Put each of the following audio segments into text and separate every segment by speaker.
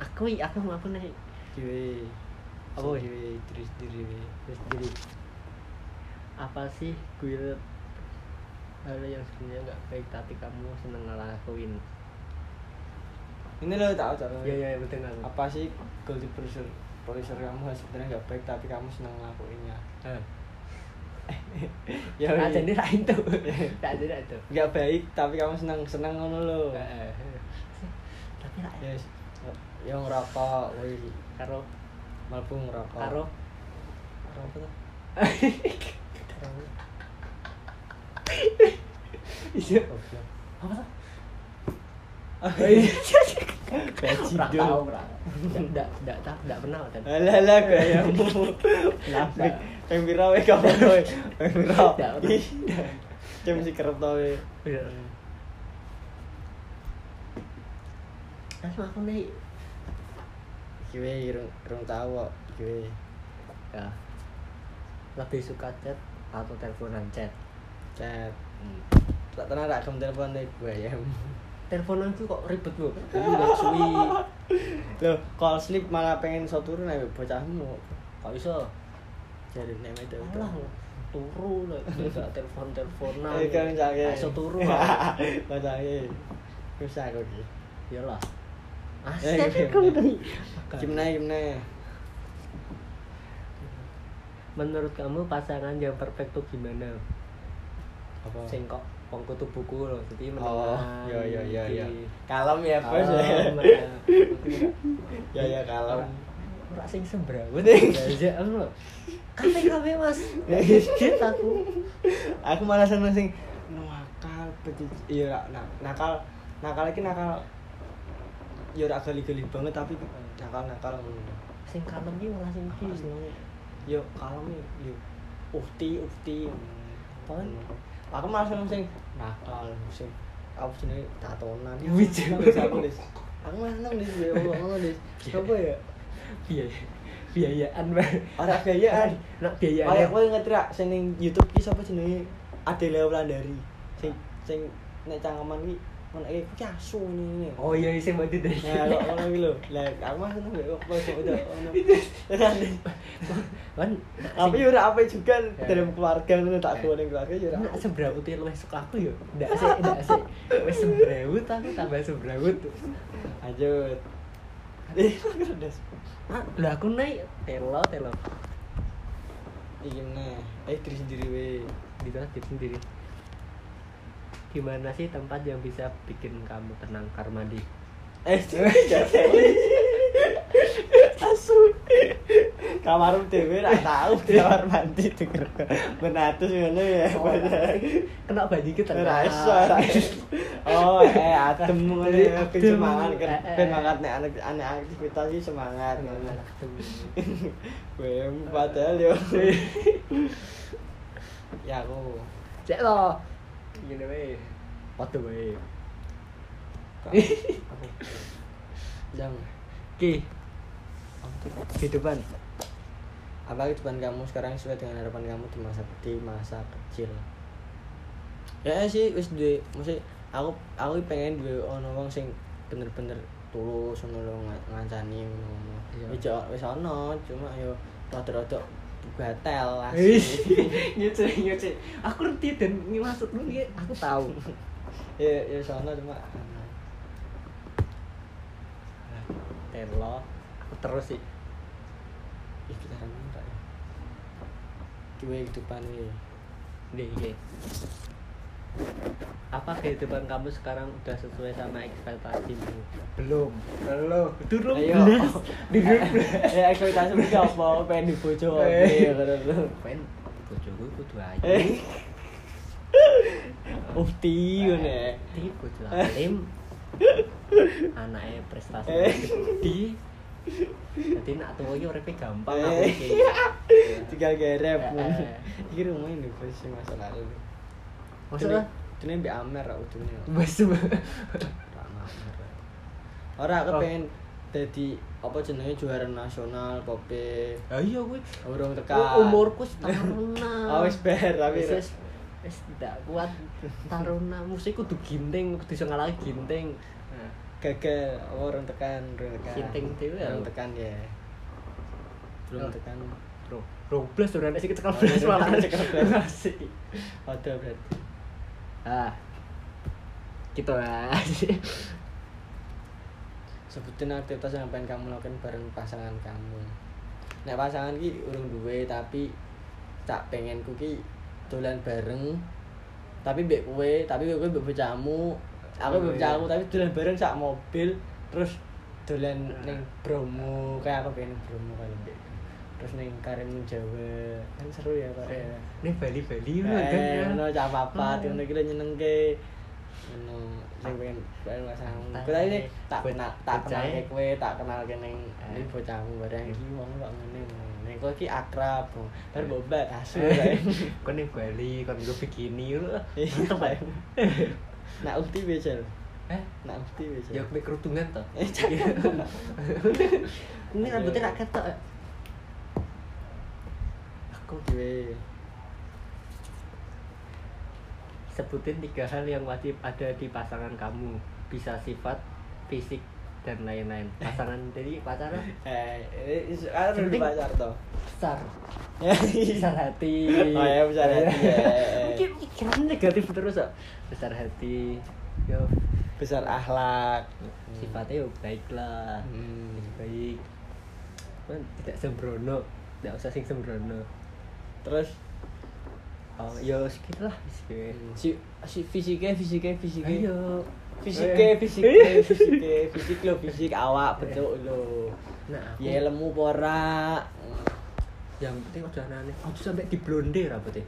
Speaker 1: aku aku aku naik
Speaker 2: giveaway apa
Speaker 1: Apa?
Speaker 2: giveaway diri sendiri
Speaker 1: terus jadi apa sih gue hal yang sebenarnya nggak baik tapi kamu seneng ngelakuin
Speaker 2: ini lo tau tau
Speaker 1: iya iya betul aku
Speaker 2: apa sih guilty pleasure pleasure kamu sebenarnya nggak baik tapi kamu senang ngelakuinnya
Speaker 1: Eh.
Speaker 2: ya
Speaker 1: ah
Speaker 2: iya.
Speaker 1: jadi lain tuh tak jadi itu
Speaker 2: nggak baik tapi kamu senang senang ngono lo
Speaker 1: Eh, eh. tapi lah ya
Speaker 2: yes yang ngerokok woi
Speaker 1: karo
Speaker 2: malbu ngerokok
Speaker 1: karo
Speaker 2: karo apa tuh karo apa?
Speaker 1: iya
Speaker 2: Goblok.
Speaker 1: apa tuh
Speaker 2: Gaji
Speaker 1: Nggak tahu
Speaker 2: dong.
Speaker 1: nggak nggak nggak tahu nggak pernah kan
Speaker 2: Alah alah gayamu.
Speaker 1: Kenapa?
Speaker 2: Peng pira wae kapan wae? Peng pira?
Speaker 1: Nggak pernah.
Speaker 2: Ih, Cem si kerep to wae.
Speaker 1: Iya. langsung aku nih
Speaker 2: Iki wae irung irung tau kok. Iki wae.
Speaker 1: ya lebih suka chat atau teleponan chat
Speaker 2: Chat. Tak tenan tak gem telepon nek bayam.
Speaker 1: teleponan tuh kok ribet bu
Speaker 2: Iya suwi. Loh, call sleep malah pengen iso turun ae bocahmu.
Speaker 1: kok iso
Speaker 2: Jadi nek metu.
Speaker 1: alah turu lah gak telepon teleponan
Speaker 2: Eh kan jage.
Speaker 1: iso turu lah
Speaker 2: Bocahke. Bisa kok iki.
Speaker 1: iyalah
Speaker 2: Eh,
Speaker 1: asik
Speaker 2: iya.
Speaker 1: aku nih
Speaker 2: Gimana gimana?
Speaker 1: menurut kamu pasangan yang perfect tuh gimana
Speaker 2: Apa?
Speaker 1: sing kok wong kutu buku loh jadi
Speaker 2: Oh,
Speaker 1: menengahi,
Speaker 2: ya ya ya ya.
Speaker 1: jadi
Speaker 2: Kalem ya, Bos.
Speaker 1: kalem, ya.
Speaker 2: Ya ya kalem.
Speaker 1: ora sing iya, sembrawan aja lho kafe kafe mas Dikit aku
Speaker 2: Aku malah seneng sing nakal, pecis. Iya, ra- na- nakal. Nakal iki nakal. Ya ora gali-gali banget tapi nakal-nakal ngono.
Speaker 1: sing kalem iki malah sing
Speaker 2: Aku
Speaker 1: iki
Speaker 2: seneng. Yo kalem yo. Ufti, ufti. Apaan? Aku malah seneng sing nakal, sing apa jenenge tatonan.
Speaker 1: Ya, wis.
Speaker 2: Wis, aku wis. Aku malah seneng wis, ya Allah, ngono wis. Apa ya?
Speaker 1: biaya Iya, biayaan Mbak.
Speaker 2: Ora gayaan.
Speaker 1: nak biaya
Speaker 2: Kayak kowe ngerti ra sing ning YouTube ki sapa jenenge Adele Wulandari. Sing sing nek cangkeman ki ngono iki ki asu ngene. ngene.
Speaker 1: oh iya sing mati deh
Speaker 2: Nah, lho ngono iki lho. Lah, aku mah seneng kok kok kok udah ngono. Tenan.
Speaker 1: kan
Speaker 2: Tapi yo ora apa juga
Speaker 1: Ya.
Speaker 2: dalam keluarga ngono tak
Speaker 1: Ya.
Speaker 2: kuwi ning keluarga yo ora.
Speaker 1: nak sebrawut ya luwih suka aku yo ndak sih ndak sih wis sebrawut aku tambah sebrawut
Speaker 2: Lanjut. Eh, keren
Speaker 1: Ah, lah aku naik telo telo
Speaker 2: Iki meneh. Eh, diri sendiri we.
Speaker 1: di kelas diri sendiri gimana sih tempat yang bisa bikin kamu tenang karmadi
Speaker 2: Eh, jadi. Asu. Kamarmu dhewe ra tau kamar mandi denger. Benatus ngono ya.
Speaker 1: kena baju kita Ah, iya.
Speaker 2: Ora iso. ora iso. Oh, eh adem ngono ya, ben
Speaker 1: Adem.
Speaker 2: semangat kan.
Speaker 1: Eh, eh.
Speaker 2: Ben semangat nek anak anak aktivitas iki semangat. Kowe padahal yo. Ya aku.
Speaker 1: cek lo gini weh padu weh
Speaker 2: Aku. Jam.
Speaker 1: ki kehidupan
Speaker 2: apa kehidupan kamu sekarang sesuai dengan harapan kamu di masa di masa kecil ya sih wis duwe mesti aku aku pengen duwe ono wong sing bener-bener tulus ngono lho nga- ngancani ngono
Speaker 1: Iya.
Speaker 2: wis jo- wis ono cuma yo rada-rada gatel lah
Speaker 1: nyuci nyuci aku ngerti dan ini maksud lu ya aku tahu
Speaker 2: ya ya wis ono cuma ah,
Speaker 1: telo aku terus sih
Speaker 2: ih kita ramai tak ya duwe kehidupan iki
Speaker 1: deh deh apa kehidupan kamu sekarang udah sesuai sama ekspektasimu belum belum belum
Speaker 2: Ayo.
Speaker 1: belas
Speaker 2: ya Eh, ekspektasi iki apa pengen dibojo
Speaker 1: Eh.
Speaker 2: ya ngono
Speaker 1: pen bojoku kudu
Speaker 2: Eh.
Speaker 1: ayu Eh.
Speaker 2: Ufti
Speaker 1: Iya,
Speaker 2: ngono ya.
Speaker 1: Di kudu alim. Anake prestasi
Speaker 2: Eh.
Speaker 1: di Jadi nak tuwa iki uripe gampang
Speaker 2: Eh.
Speaker 1: aku iki.
Speaker 2: Tinggal gerep.
Speaker 1: Eh, eh.
Speaker 2: Iki rumah ini bos sing masa lalu.
Speaker 1: Maksudnya
Speaker 2: Dene mbek Amer ra udune.
Speaker 1: wes
Speaker 2: Ra Amer. Ora
Speaker 1: Oh.
Speaker 2: aku pengen dadi apa jenenge juara nasional kopi.
Speaker 1: Ya iya kuwi.
Speaker 2: Urung tekan.
Speaker 1: Umurku taruna.
Speaker 2: Oh, wis ber, tapi-
Speaker 1: Wis wis wis tidak kuat taruna mesti kudu ginting kudu iso ngalahi ginting. Nah,
Speaker 2: gagal apa orang tekan orang tekan
Speaker 1: Sinting dhewe ya.
Speaker 2: orang tekan ya belum
Speaker 1: Oh.
Speaker 2: tekan
Speaker 1: Bro, Robles udah nek sik cekel
Speaker 2: Oh,
Speaker 1: blas
Speaker 2: iya,
Speaker 1: malah
Speaker 2: cekel blas.
Speaker 1: Asik.
Speaker 2: ada berarti
Speaker 1: Ah. Gitu lah.
Speaker 2: sebutin aktivitas yang pengen kamu lakukan bareng pasangan kamu nek pasangan ki urung duwe tapi tak pengen ki dolan bareng tapi mbek kowe tapi kowe mbek bocamu aku
Speaker 1: Oh,
Speaker 2: mbek
Speaker 1: iya.
Speaker 2: bocamu tapi dolan bareng sak mobil terus dolan
Speaker 1: Nah.
Speaker 2: ning Bromo kayak aku pengen ning Bromo kali terus ning Karimun Jawa kan seru ya kok ya
Speaker 1: Ini Bali-Bali ngono kan
Speaker 2: eh
Speaker 1: ya.
Speaker 2: ngono cak papat
Speaker 1: Hmm.
Speaker 2: ngono iki lho nyenengke ngono sing pengen pengen pasanganmu
Speaker 1: Tak-
Speaker 2: kowe tadi sih, tak
Speaker 1: bo-
Speaker 2: kenal tak kenal
Speaker 1: bocahe.
Speaker 2: kowe tak kenal ning
Speaker 1: ya? Eh.
Speaker 2: ning bocahmu bareng
Speaker 1: Hmm.
Speaker 2: iki wong kok ngene ning kowe iki akrab Bro. bar bobak asu
Speaker 1: Iya. Eh, Kon ning Bali, kon nggo bikini ngono. Mantep
Speaker 2: mantep
Speaker 1: Pak.
Speaker 2: ae Iya. nak ukti becel
Speaker 1: Eh,
Speaker 2: nak ukti becel
Speaker 1: ya kue kerudungan toh.
Speaker 2: Eh, cakep.
Speaker 1: Ini rambutnya gak ketok. eh.
Speaker 2: aku dhewe
Speaker 1: Sebutin tiga hal yang wajib ada di pasangan kamu. Bisa sifat, fisik, dan lain-lain. Pasangan dari pacaran
Speaker 2: eh ini sekarang udah
Speaker 1: Penting.
Speaker 2: pacar toh
Speaker 1: besar,
Speaker 2: Eh,
Speaker 1: besar hati. Iya.
Speaker 2: Oh ya, besar hati, ya.
Speaker 1: Mungkin pikirannya negatif terus kok. Besar hati. Yo,
Speaker 2: besar akhlak
Speaker 1: sifatnya yo baik lah.
Speaker 2: Hmm.
Speaker 1: Baik. Cuman tidak sembrono. Tidak usah sing sembrono.
Speaker 2: terus
Speaker 1: Oh, yo segitu lah. Segitu.
Speaker 2: Hmm, si si fisiknya fisiknya fisiknya
Speaker 1: Ayo. Eh. Iya.
Speaker 2: fisiknya fisiknya fisiknya fisik lo fisik awak bentuk lo
Speaker 1: Nah, aku
Speaker 2: ya lemu pora
Speaker 1: yang penting udah aneh. Aku sampai di blonde rambutnya.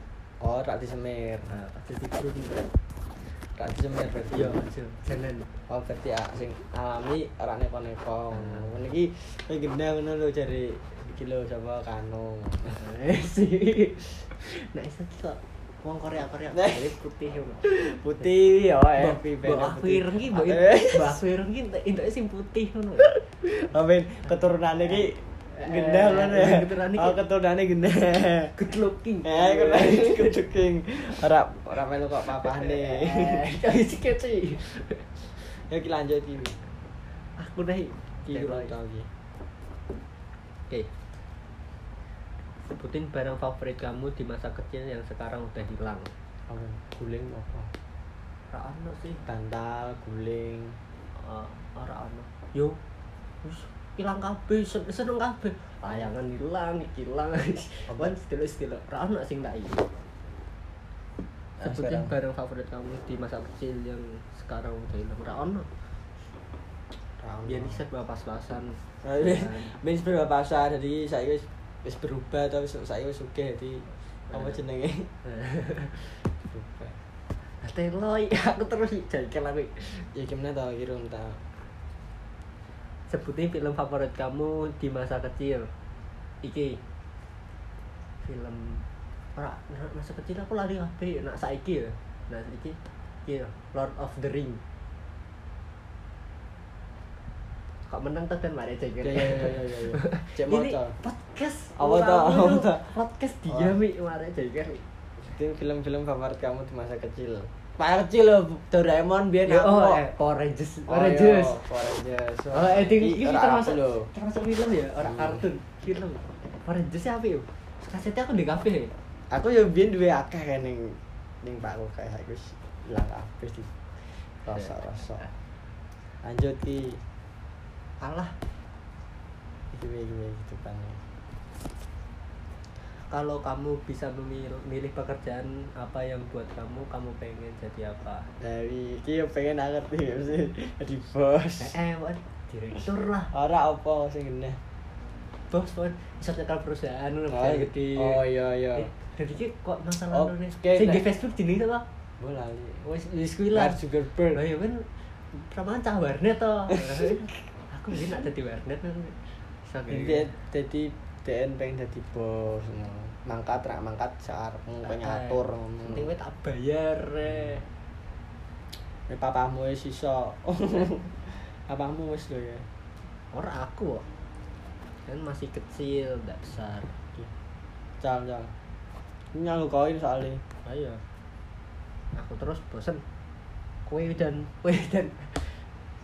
Speaker 2: oh tak disemir
Speaker 1: Nah, pasti di blonde.
Speaker 2: tak disemir berarti
Speaker 1: Iya, hasil. Jangan.
Speaker 2: oh berarti ah, sing alami orang neko neko ini ki ini gede ngono lo cari iki lo coba kano
Speaker 1: Eh, sih. Nah, itu kok wong Korea Korea
Speaker 2: Nah.
Speaker 1: kulit putih ya. Mbak.
Speaker 2: putih Eh, ya eh
Speaker 1: Mbak Mbak Afir ki, Mbak Mbak Afir ki entek- enteknya sing putih ngono.
Speaker 2: amin keturunannya ki gede ngono ya
Speaker 1: Eh, keturunannya ki-
Speaker 2: oh keturunannya gede
Speaker 1: Good looking.
Speaker 2: Eh, aku lagi keduking. Ora ora melu kok papane.
Speaker 1: Kayak sih kece.
Speaker 2: Ya ki lanjut iki.
Speaker 1: Aku nih.
Speaker 2: Ki kurang tau iki.
Speaker 1: Oke. Sebutin barang favorit kamu di masa kecil yang sekarang udah hilang.
Speaker 2: Apa? Guling apa?
Speaker 1: Ora ono sih.
Speaker 2: Bantal, guling.
Speaker 1: Eh, Ora ono. Yo. Wis ilang kabeh, sen- seneng kabeh. Layangan hilang, iki hilang. Apaan stilo-stilo. Ora ono sing tak iki.
Speaker 2: Nah,
Speaker 1: Sebutin
Speaker 2: sekarang.
Speaker 1: barang favorit kamu di masa kecil yang sekarang udah hilang. Ora ono. Biar bisa pas-pasan.
Speaker 2: Oh, iya.
Speaker 1: Kan.
Speaker 2: Ben seberapa pasar jadi saya wis wis berubah tapi saya wis sugih jadi apa
Speaker 1: Eh.
Speaker 2: jenenge?
Speaker 1: Teloy, aku terus jengkel aku.
Speaker 2: Ya gimana tau iki rum tau.
Speaker 1: sebutin film favorit kamu di masa kecil iki film ora ora masa kecil aku lari HP nak saiki ya nah iki iki ya, Lord of the Ring kok menang tuh dan mari cek
Speaker 2: Ya ya ya ya ya. ya. Cek
Speaker 1: ini
Speaker 2: motor.
Speaker 1: podcast
Speaker 2: Apa
Speaker 1: ora
Speaker 2: toh?
Speaker 1: ngono.
Speaker 2: Apa toh?
Speaker 1: podcast dia
Speaker 2: Oh.
Speaker 1: mi mari cek
Speaker 2: Itu film-film favorit kamu di masa kecil. Pak kecil loh, Doraemon biar aku.
Speaker 1: oh
Speaker 2: kok.
Speaker 1: eh, Power Rangers
Speaker 2: Oh,
Speaker 1: Power
Speaker 2: iya,
Speaker 1: Rangers
Speaker 2: Power Rangers.
Speaker 1: Oh, eh, ini
Speaker 2: Ih,
Speaker 1: ini
Speaker 2: ora
Speaker 1: termasuk
Speaker 2: aku lho.
Speaker 1: termasuk film ya, orang
Speaker 2: Hmm.
Speaker 1: kartun, film. Orang jersey apa ya? Kasetnya aku di kafe.
Speaker 2: Aku ya biyen duwe akeh kan ning ning pakku kae aku wis ilang kabeh di
Speaker 1: Ya.
Speaker 2: rasa-rasa. Lanjut ki.
Speaker 1: Alah,
Speaker 2: Iki wae iki wae gitu kan.
Speaker 1: kalau kamu bisa memilih milih pekerjaan apa yang buat kamu, kamu pengen jadi apa?
Speaker 2: Dari iki yo pengen aku ngerti ya, mesti jadi bos.
Speaker 1: Eh, eh, wan, direktur lah,
Speaker 2: Ora apa sing ngene.
Speaker 1: bos wan, bisa nyekel perusahaan, lu
Speaker 2: Oh,
Speaker 1: perusahaan gede.
Speaker 2: oh, iya iya.
Speaker 1: Eh, Jadi ki kok masalah
Speaker 2: Oh,
Speaker 1: lu nih?
Speaker 2: oke,
Speaker 1: Sing
Speaker 2: nah.
Speaker 1: di Facebook jenis apa?
Speaker 2: Gua lali.
Speaker 1: Wes wis kuwi lah.
Speaker 2: Mark Zuckerberg.
Speaker 1: Lah ya kan pertama cah warnet to. Aku mungkin nak dadi warnet kan. Iso
Speaker 2: Jadi jadi DN pengen jadi bos ngono. Mangkat rak mangkat sarepmu pengen ngatur ngono.
Speaker 1: Eh, Penting wae tak bayar. eh.
Speaker 2: Nek papamu wis iso. Papamu wis lho ya.
Speaker 1: Ora aku kok. Kan masih kecil, ndak besar.
Speaker 2: Cal cal. Ini aku koin soalnya.
Speaker 1: Ayo. Aku terus bosen. Kue dan kue dan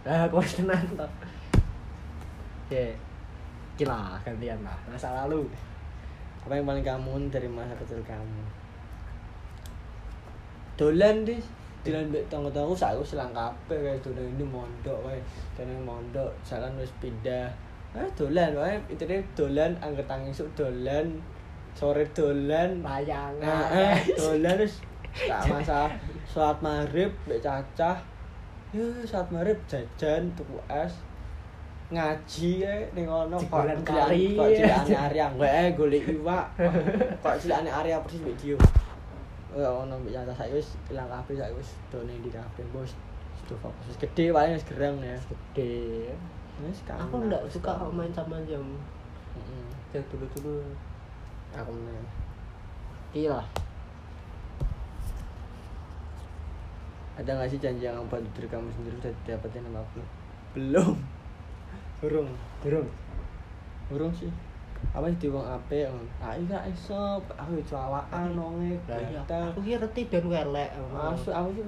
Speaker 1: ah kau wis tenan to oke kila gantian lah masa lalu
Speaker 2: apa yang paling kamu dari masa kecil kamu dolan dis dolan mbek tonggo-tonggo saya selang kabeh kayak dolan ini mondok kayak dolan mondok jalan wis pindah eh dolan wae intine dolan angger tangi esuk dolan sore dolan
Speaker 1: layangan
Speaker 2: Nah, eh, dolan wis tak masalah. Salat maghrib mbek cacah. Ya, salat maghrib jajan tuku es. Ngaji e ning ono
Speaker 1: Jegolan kari.
Speaker 2: kok cilikane Arya wae eh, golek iwak. Kok cilikane Arya persis mbek Dio. Ya ono mbek cacah saiki wis ilang kabeh saiki wis done di kabeh bos. Sudah fokus wis gede paling wis gerang ya.
Speaker 1: gede
Speaker 2: Wis kangen
Speaker 1: aku nggak
Speaker 2: wis
Speaker 1: suka
Speaker 2: kangen.
Speaker 1: main sama yang
Speaker 2: Mm-mm.
Speaker 1: yang dulu dulu
Speaker 2: Aku meneh.
Speaker 1: kila
Speaker 2: Ada nggak sih janji yang buat diri kamu sendiri sudah dapetin apa belum? Belum. Burung.
Speaker 1: durung
Speaker 2: Burung sih. Apa sih diwong ape? Ah iya iso, aku itu awakan nonge
Speaker 1: Lah, iya.
Speaker 2: kita.
Speaker 1: aku kira reti dan welek emang.
Speaker 2: Masuk aku sih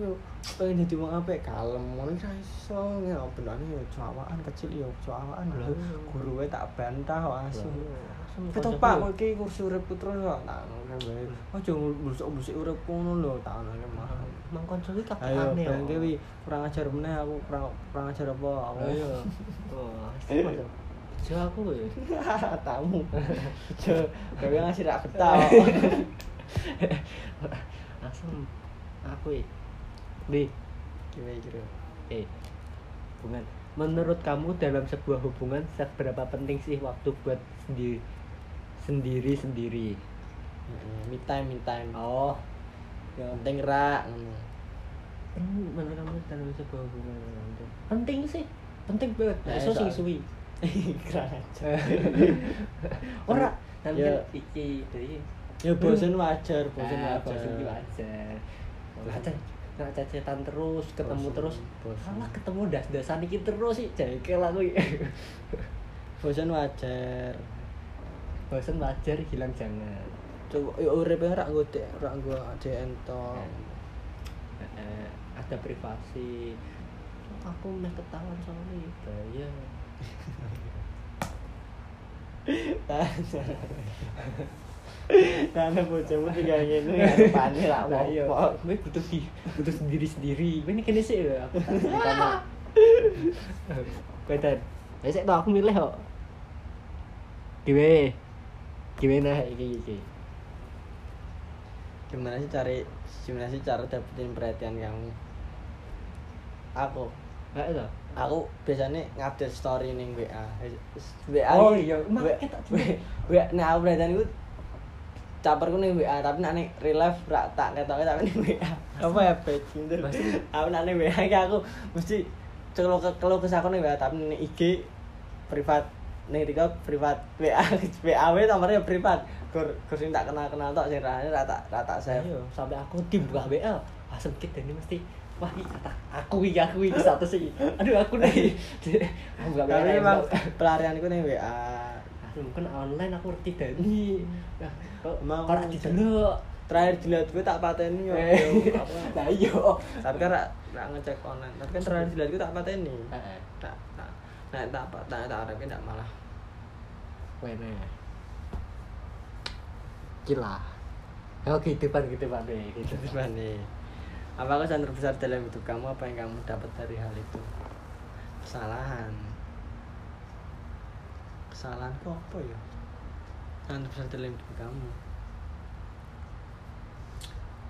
Speaker 2: pengen jadi wong ape kalem ngono ra iso ya benane ya cawaan kecil ya cawaan
Speaker 1: Lah.
Speaker 2: lho guruwe tak bantah kok asu.
Speaker 1: Langsung
Speaker 2: Ketopak
Speaker 1: kocok.
Speaker 2: kok iki kursi uripku terus kok tak ngono bae. Ojo mbusuk-mbusuk uripku ngono lho tak ngono mah.
Speaker 1: Mang konco iki kakek
Speaker 2: Ayo,
Speaker 1: aneh.
Speaker 2: pengen
Speaker 1: oh.
Speaker 2: kewi kurang ajar meneh aku kurang kurang ajar apa aku.
Speaker 1: Ayo. Oh, iya. asik, Mas. Jo aku ya. Eh?
Speaker 2: Tamu. Jo, gawe ngasih rak betah.
Speaker 1: Langsung aku ya. Di,
Speaker 2: Gimana kira?
Speaker 1: eh. Hubungan. Menurut kamu dalam sebuah hubungan seberapa penting sih waktu buat sendiri sendiri sendiri?
Speaker 2: Me time, me time.
Speaker 1: Oh,
Speaker 2: Yang penting rak ngono.
Speaker 1: Hmm, menurut kamu dalam sebuah hubungan itu penting sih, penting banget. Nah,
Speaker 2: Nah,
Speaker 1: iso sing
Speaker 2: soal-
Speaker 1: suwi.
Speaker 2: Kurang ajar.
Speaker 1: Ora,
Speaker 2: Ya.
Speaker 1: nanti kan iki dari
Speaker 2: Ya bosen wajar, bosen
Speaker 1: bosen lah
Speaker 2: wajar.
Speaker 1: Eh, bosen iki wajar
Speaker 2: Bosen.
Speaker 1: Wajar. Nah, cacetan terus ketemu
Speaker 2: Bosen,
Speaker 1: terus
Speaker 2: bosen.
Speaker 1: malah ketemu das-dasan iki terus sih jengkel aku iki.
Speaker 2: Bosen wajar.
Speaker 1: bosen wajar hilang jangan
Speaker 2: Coba yo urip rak nggo dek, rak nggo dek entok.
Speaker 1: Eh, ada privasi aku meh ketahuan soalnya bahaya Eh.
Speaker 2: Karena bocahmu tinggal ngene ngarepane rak
Speaker 1: Lah, iya.
Speaker 2: mopok.
Speaker 1: Gue butuh di butuh sendiri sendiri gue ini kene sih ya, aku tak cerita gue dan besok tau aku milih kok gimana gimana iki iki
Speaker 2: gimana sih cari gimana sih cara dapetin perhatian kamu aku
Speaker 1: nggak ada
Speaker 2: aku biasanya ngupdate story ning WA WA
Speaker 1: Oh,
Speaker 2: ini-
Speaker 1: iya. Mak,
Speaker 2: W-
Speaker 1: kita-
Speaker 2: W- WA nah aku perhatian itu caperku ning WA tapi nek ning real life rak tak ketoke tapi ning WA apa ya page gitu
Speaker 1: Maksudnya?
Speaker 2: aku nek ning WA iki aku mesti celo ke kelo kesah aku ning WA tapi ning IG privat ning Riko privat WA WA we nomornya privat kur kur sing tak kenal kenal tok sing ra ra tak ra tak save
Speaker 1: Ayo, sampai aku dibuka WA wah sempit dan ini mesti wah ini kata aku iki aku iki satu sih aduh aku nih aku buka WA
Speaker 2: Tapi emang
Speaker 1: emang
Speaker 2: pelarian gue nih WA.
Speaker 1: mungkin online aku ngerti dan ini
Speaker 2: Emang
Speaker 1: emang kalau
Speaker 2: aku-
Speaker 1: didelok
Speaker 2: Terakhir dilihat gue tak pateni yo.
Speaker 1: Eh,
Speaker 2: yo, apa.
Speaker 1: nah iyo
Speaker 2: Tapi kan rak rak ngecek online. Tapi kan terakhir dilihat gue tak pateni. Tak tak nah tak apa tak tak harapin tak malah.
Speaker 1: Wene. Gila. Oh kehidupan kehidupan deh gitu.
Speaker 2: Cuman nih. Apa kesan terbesar dalam hidup kamu apa yang kamu dapat dari hal itu? Kesalahan. Kesalahan kok apa ya? Kesan terbesar dalam hidup kamu.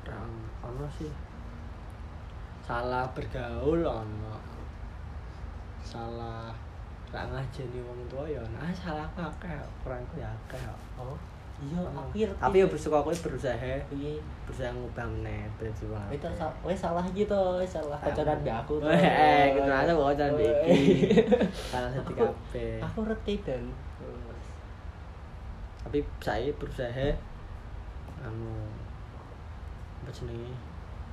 Speaker 2: Orang ono sih. Salah bergaul ono. Salah ra ngajeni wong tua ya. ono. Ah salah aku akeh, kurang aku ya akeh.
Speaker 1: Oh iya aku ngerti.
Speaker 2: Tapi ya bersyukur aku berusaha
Speaker 1: Iya.
Speaker 2: berusaha ngubah meneh berjuang
Speaker 1: Itu sa- weh, salah gitu, weh, salah pacaran be aku. tuh.
Speaker 2: eh kenapa tuh bocoran be
Speaker 1: Weh.
Speaker 2: iki salah satu
Speaker 1: Aku- Ah.
Speaker 2: kape
Speaker 1: Aku ngerti dan
Speaker 2: tapi saya berusaha anu apa jenenge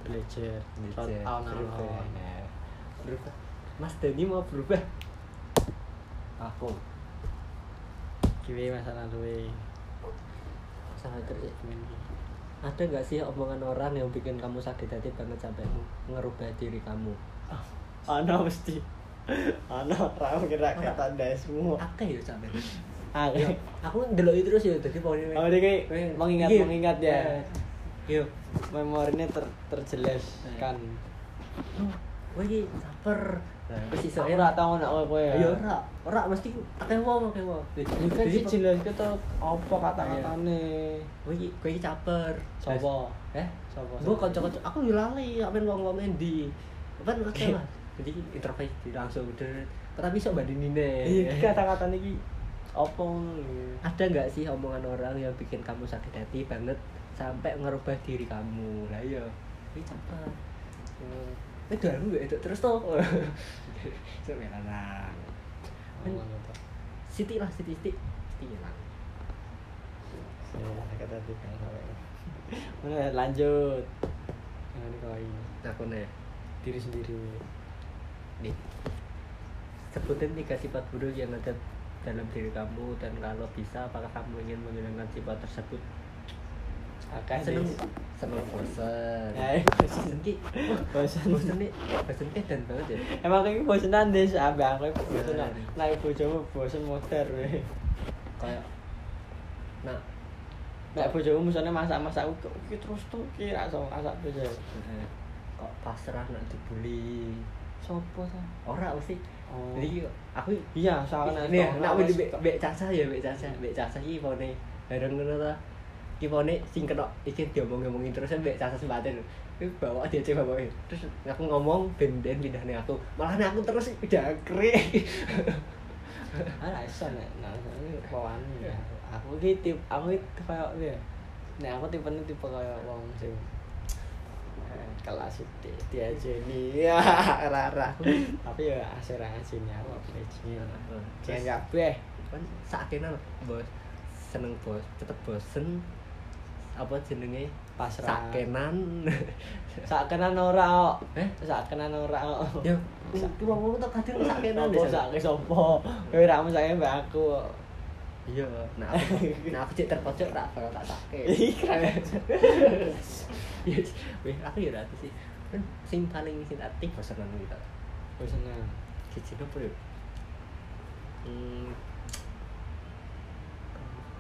Speaker 2: belajar Shout out
Speaker 1: berubah.
Speaker 2: nang
Speaker 1: Berubah. Mas Dani mau berubah. Aku
Speaker 2: kiwe masalah luwe
Speaker 1: sangat kerja.
Speaker 2: Gimana iki?
Speaker 1: Ada nggak sih omongan orang yang bikin kamu sakit hati banget sampai ngerubah diri kamu?
Speaker 2: ana mesti Ana ra kira kata desmu.
Speaker 1: akeh ya sampe
Speaker 2: Ah,
Speaker 1: Ya, aku ndelok itu terus ya dadi pokoknya
Speaker 2: Oh, dia kayak
Speaker 1: pokoknya-
Speaker 2: mengingat-
Speaker 1: Iya.
Speaker 2: mengingat ya.
Speaker 1: Eh, iya
Speaker 2: memorinya ter kan. terjelaskan.
Speaker 1: Oh, kowe iki saper wis iso
Speaker 2: Aku
Speaker 1: era
Speaker 2: ra tau nek kowe ya.
Speaker 1: ya ora ora mesti akeh wong akeh wong
Speaker 2: Ini kan
Speaker 1: Jadi,
Speaker 2: dijelaskan tuh apa kata-katane.
Speaker 1: kowe iki kowe iki caper
Speaker 2: Sopo?
Speaker 1: eh
Speaker 2: Sopo?
Speaker 1: gue kocok-kocok aku yo lali apa wong wong endi apa ngerti lah Iya. jadi interface di langsung udah tapi sok mbak Dinine
Speaker 2: Iya, Kan iki kata-katane iki apa ngono lho.
Speaker 1: ada nggak sih omongan orang yang bikin kamu sakit hati banget sampai ngerubah diri kamu lah iya Oh. Eh, ini cepat itu aku itu ya, terus toh sebenarnya
Speaker 2: Ngono to.
Speaker 1: siti lah siti siti siti hilang
Speaker 2: Saya kata tadi kan sampai. Mana Nah, lanjut. Jangan dikawin.
Speaker 1: aku nih
Speaker 2: Diri sendiri.
Speaker 1: nih sebutin tiga sifat buruk yang ada dalam diri kamu dan kalau bisa apakah kamu ingin menghilangkan sifat tersebut
Speaker 2: Akan
Speaker 1: seneng seneng bosan
Speaker 2: Ya,
Speaker 1: bosan ki
Speaker 2: Bosen.
Speaker 1: bosan nih bosan ki dan banget ya
Speaker 2: Emang aku ini bosenan deh, sampe aku ini bosenan Nah ibu bojomu bosen motor weh
Speaker 1: kayak nah
Speaker 2: Nah bojomu misalnya masak-masak aku Oke terus tuh, oke rasa masak bojo
Speaker 1: eh, kok pasrah nak dibully
Speaker 2: Sopo tuh?
Speaker 1: ora mesti
Speaker 2: Oh.
Speaker 1: jadi aku
Speaker 2: Iya, soalnya
Speaker 1: ini ya,
Speaker 2: soalnya
Speaker 1: nak wedi
Speaker 2: wes-
Speaker 1: bek bek caca ya bek caca bek caca iki pone bareng ngono ta iki pone sing kena iki diomong-omongin terus kan bek caca sempatin Ini bawa dia coba bawa terus aku ngomong ben-ben pindahne aku malah aku terus pindah krik
Speaker 2: Ah ra iso nek nah ini kewani ya. Aku iki tip aku iki kayak ya. Nek aku tipenya tipe kaya wong sing eh, kelas itu dia jeni ya rara tapi ya asir sini aku bejil jangan kabeh
Speaker 1: kan sakene bos seneng bos cepet bosen apa jenenge
Speaker 2: pasrah
Speaker 1: sakenan
Speaker 2: sakenan ora kok
Speaker 1: eh
Speaker 2: sakenan ora kok
Speaker 1: ya wong-wong tak kadang sakenan
Speaker 2: Sopo
Speaker 1: ya Sak.
Speaker 2: sakit sopo Kowe ra mau sakit mbak aku kok.
Speaker 1: iya nah aku nah aku cek terpojok tak bakal tak sake
Speaker 2: Ih, keren.
Speaker 1: yes weh aku ya ratu sih kan sing paling sing aktif bosan nang kita
Speaker 2: Bosenan.
Speaker 1: cici apa ya hmm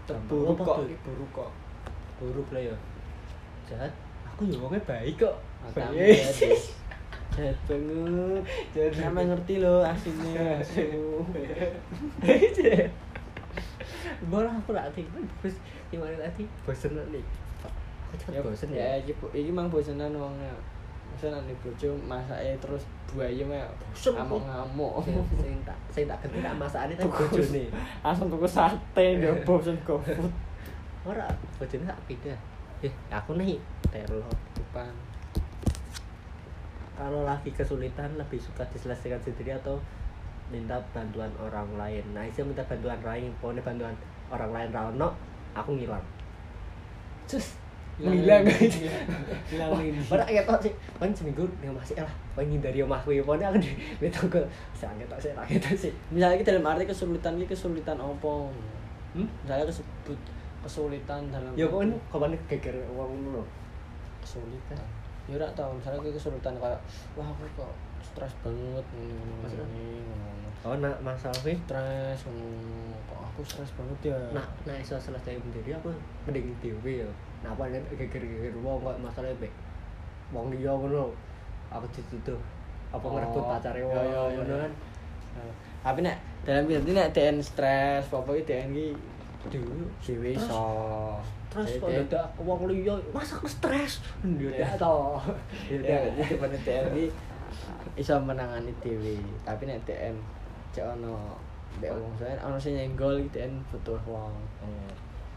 Speaker 2: Terburuk
Speaker 1: Apa
Speaker 2: kok,
Speaker 1: tuh?
Speaker 2: buruk kok.
Speaker 1: buruk lah ya jahat aku ya wongnya baik kok
Speaker 2: Matamu
Speaker 1: Baik.
Speaker 2: gadis. Jahat banget. Jahat sama ngerti loh aslinya. asu.
Speaker 1: Bola aku tak aktif terus gimana tadi bosen lah nih aku cepet bosen ya
Speaker 2: iki bu- iki mang bosenan wongnya. Bosenan nih bojo masake terus buayem ya.
Speaker 1: Bosen.
Speaker 2: Ngamuk-ngamuk.
Speaker 1: Sing- sing Oh, tak sing tak ganti tak masakane tak
Speaker 2: Tuku-
Speaker 1: bojone
Speaker 2: Langsung tuku sate ya bosen GoFood.
Speaker 1: ora bojone tak pindah eh aku nih terlo
Speaker 2: Depan.
Speaker 1: kalau lagi kesulitan lebih suka diselesaikan sendiri atau minta bantuan orang lain nah saya minta bantuan lain pokoknya bantuan orang lain rano aku ngilang cus ngilang
Speaker 2: Hilang ini.
Speaker 1: Ora ketok sih. Pan seminggu ning omah sik lah. Pan ngindari omahku ya pokoknya aku di metu ke sak ketok sih, ra ketok sih.
Speaker 2: Misalnya iki dalam arti kesulitan iki kesulitan opo?
Speaker 1: Hmm?
Speaker 2: Misalnya kesebut kesulitan dalam
Speaker 1: Ya pokoknya kapan geger wong ngono.
Speaker 2: kesulitan ya ora tau misalnya kayak kesulitan kayak wah aku kok stres banget ini
Speaker 1: Maksudnya?
Speaker 2: ini
Speaker 1: Oh, nak masalah kuwi
Speaker 2: stres ngono. kok aku stres banget ya
Speaker 1: nah nah iso selesai sendiri aku mending dhewe ya. Nah apa nek geger-geger wong kok masalahnya be. Wong liya ngono. Aku dituduh apa
Speaker 2: Oh,
Speaker 1: ngerebut pacare wong
Speaker 2: ya, ya, ya,
Speaker 1: ngono
Speaker 2: ya.
Speaker 1: kan.
Speaker 2: Nah, tapi nek dalam arti nek DN stres apa iki DN iki
Speaker 1: Dulu
Speaker 2: dhewe iso
Speaker 1: stres
Speaker 2: Jadi
Speaker 1: kok
Speaker 2: DN
Speaker 1: dadak wong liya, masa aku stres? Ya
Speaker 2: Ya.
Speaker 1: dak to.
Speaker 2: ya jadi depan DN iki iso menangani dhewe tapi nek DN cek ono Dek wong soalnya ono sing nyenggol iki DN butuh wong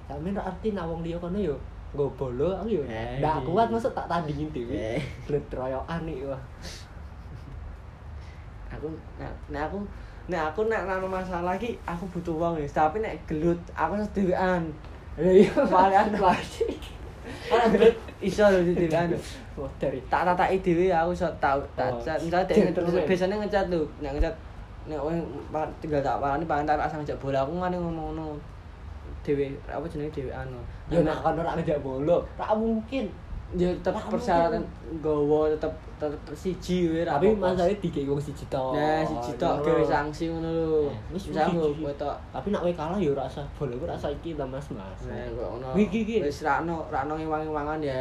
Speaker 1: Tapi nek arti nek wong liya kono yo nggo bolo aku yo
Speaker 2: Eh.
Speaker 1: ndak kuat masuk tak tandingin dhewe.
Speaker 2: Eh.
Speaker 1: Blet royokan iki wah.
Speaker 2: aku nek nek aku nek aku nek ana masalah iki aku butuh uang ya tapi nek gelut aku sedewean
Speaker 1: Lha iya
Speaker 2: Malahan
Speaker 1: pasti.
Speaker 2: ana gelut iso lho sedewean
Speaker 1: Wah dari
Speaker 2: tak tataki dhewe aku iso tak tak
Speaker 1: Oh,
Speaker 2: cat misale
Speaker 1: gentleman.
Speaker 2: dek biasanya ngecat lho nek ngecat nek wong pa- tinggal tak parani pangan tak asal ngejak bola aku ngene ngomong ngono dhewe apa jenenge dhewean lho.
Speaker 1: yo nek kono rak ngejak bolo, rak mungkin.
Speaker 2: ya tetap
Speaker 1: Nggak
Speaker 2: persyaratan gowo tetap tetap siji wis
Speaker 1: tapi masalahnya dikei wong siji tok
Speaker 2: nah siji tok
Speaker 1: Ngono.
Speaker 2: gawe sanksi ngono lho
Speaker 1: Nah, wis
Speaker 2: misal
Speaker 1: siji.
Speaker 2: lho kowe tok
Speaker 1: tapi nak kowe kalah ya rasa boleh kowe rasa iki lah mas mas
Speaker 2: nah Eh, kok ngono
Speaker 1: Wih, iki, iki.
Speaker 2: wis rakno rakno ngewang-ewangan ya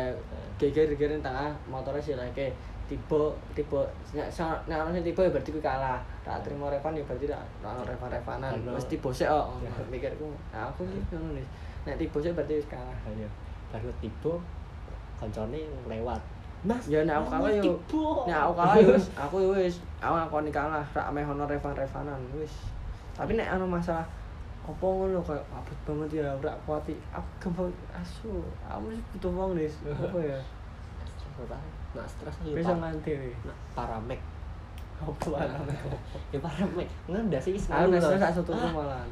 Speaker 2: geger-geger ning tengah motore silake tiba tiba nek sa- nek ana sing tiba ya berarti kuwi kalah tak terima repan ya berarti tak tak ana repan-repanan
Speaker 1: Karena-
Speaker 2: wis tiba sik kok
Speaker 1: Ya.
Speaker 2: mikirku nah, aku iki ngono nih nek tiba sik berarti wis kalah
Speaker 1: ayo Nah, iya. baru tiba kancane lewat mas
Speaker 2: Ya, nek aku
Speaker 1: mas,
Speaker 2: kalah
Speaker 1: mas,
Speaker 2: yo-
Speaker 1: tiba.
Speaker 2: Nek aku kalah ya wis, aku ya wis, aku ngakoni kalah, rak meh ono revan-revanan wis. Tapi nek ana masalah apa ngono koyo abot banget ya rak kuati. Aku gampang asu. Aku mesti butuh wong, Nis. Apa ya?
Speaker 1: Coba tahan. nak stres ayo
Speaker 2: Bisa
Speaker 1: Pak.
Speaker 2: nganti nih.
Speaker 1: nak paramek
Speaker 2: Apa ana.
Speaker 1: ya paramek ngendas iki
Speaker 2: Aku
Speaker 1: ngono,
Speaker 2: nek stres sak
Speaker 1: Mas.
Speaker 2: soto
Speaker 1: Ah.
Speaker 2: malan.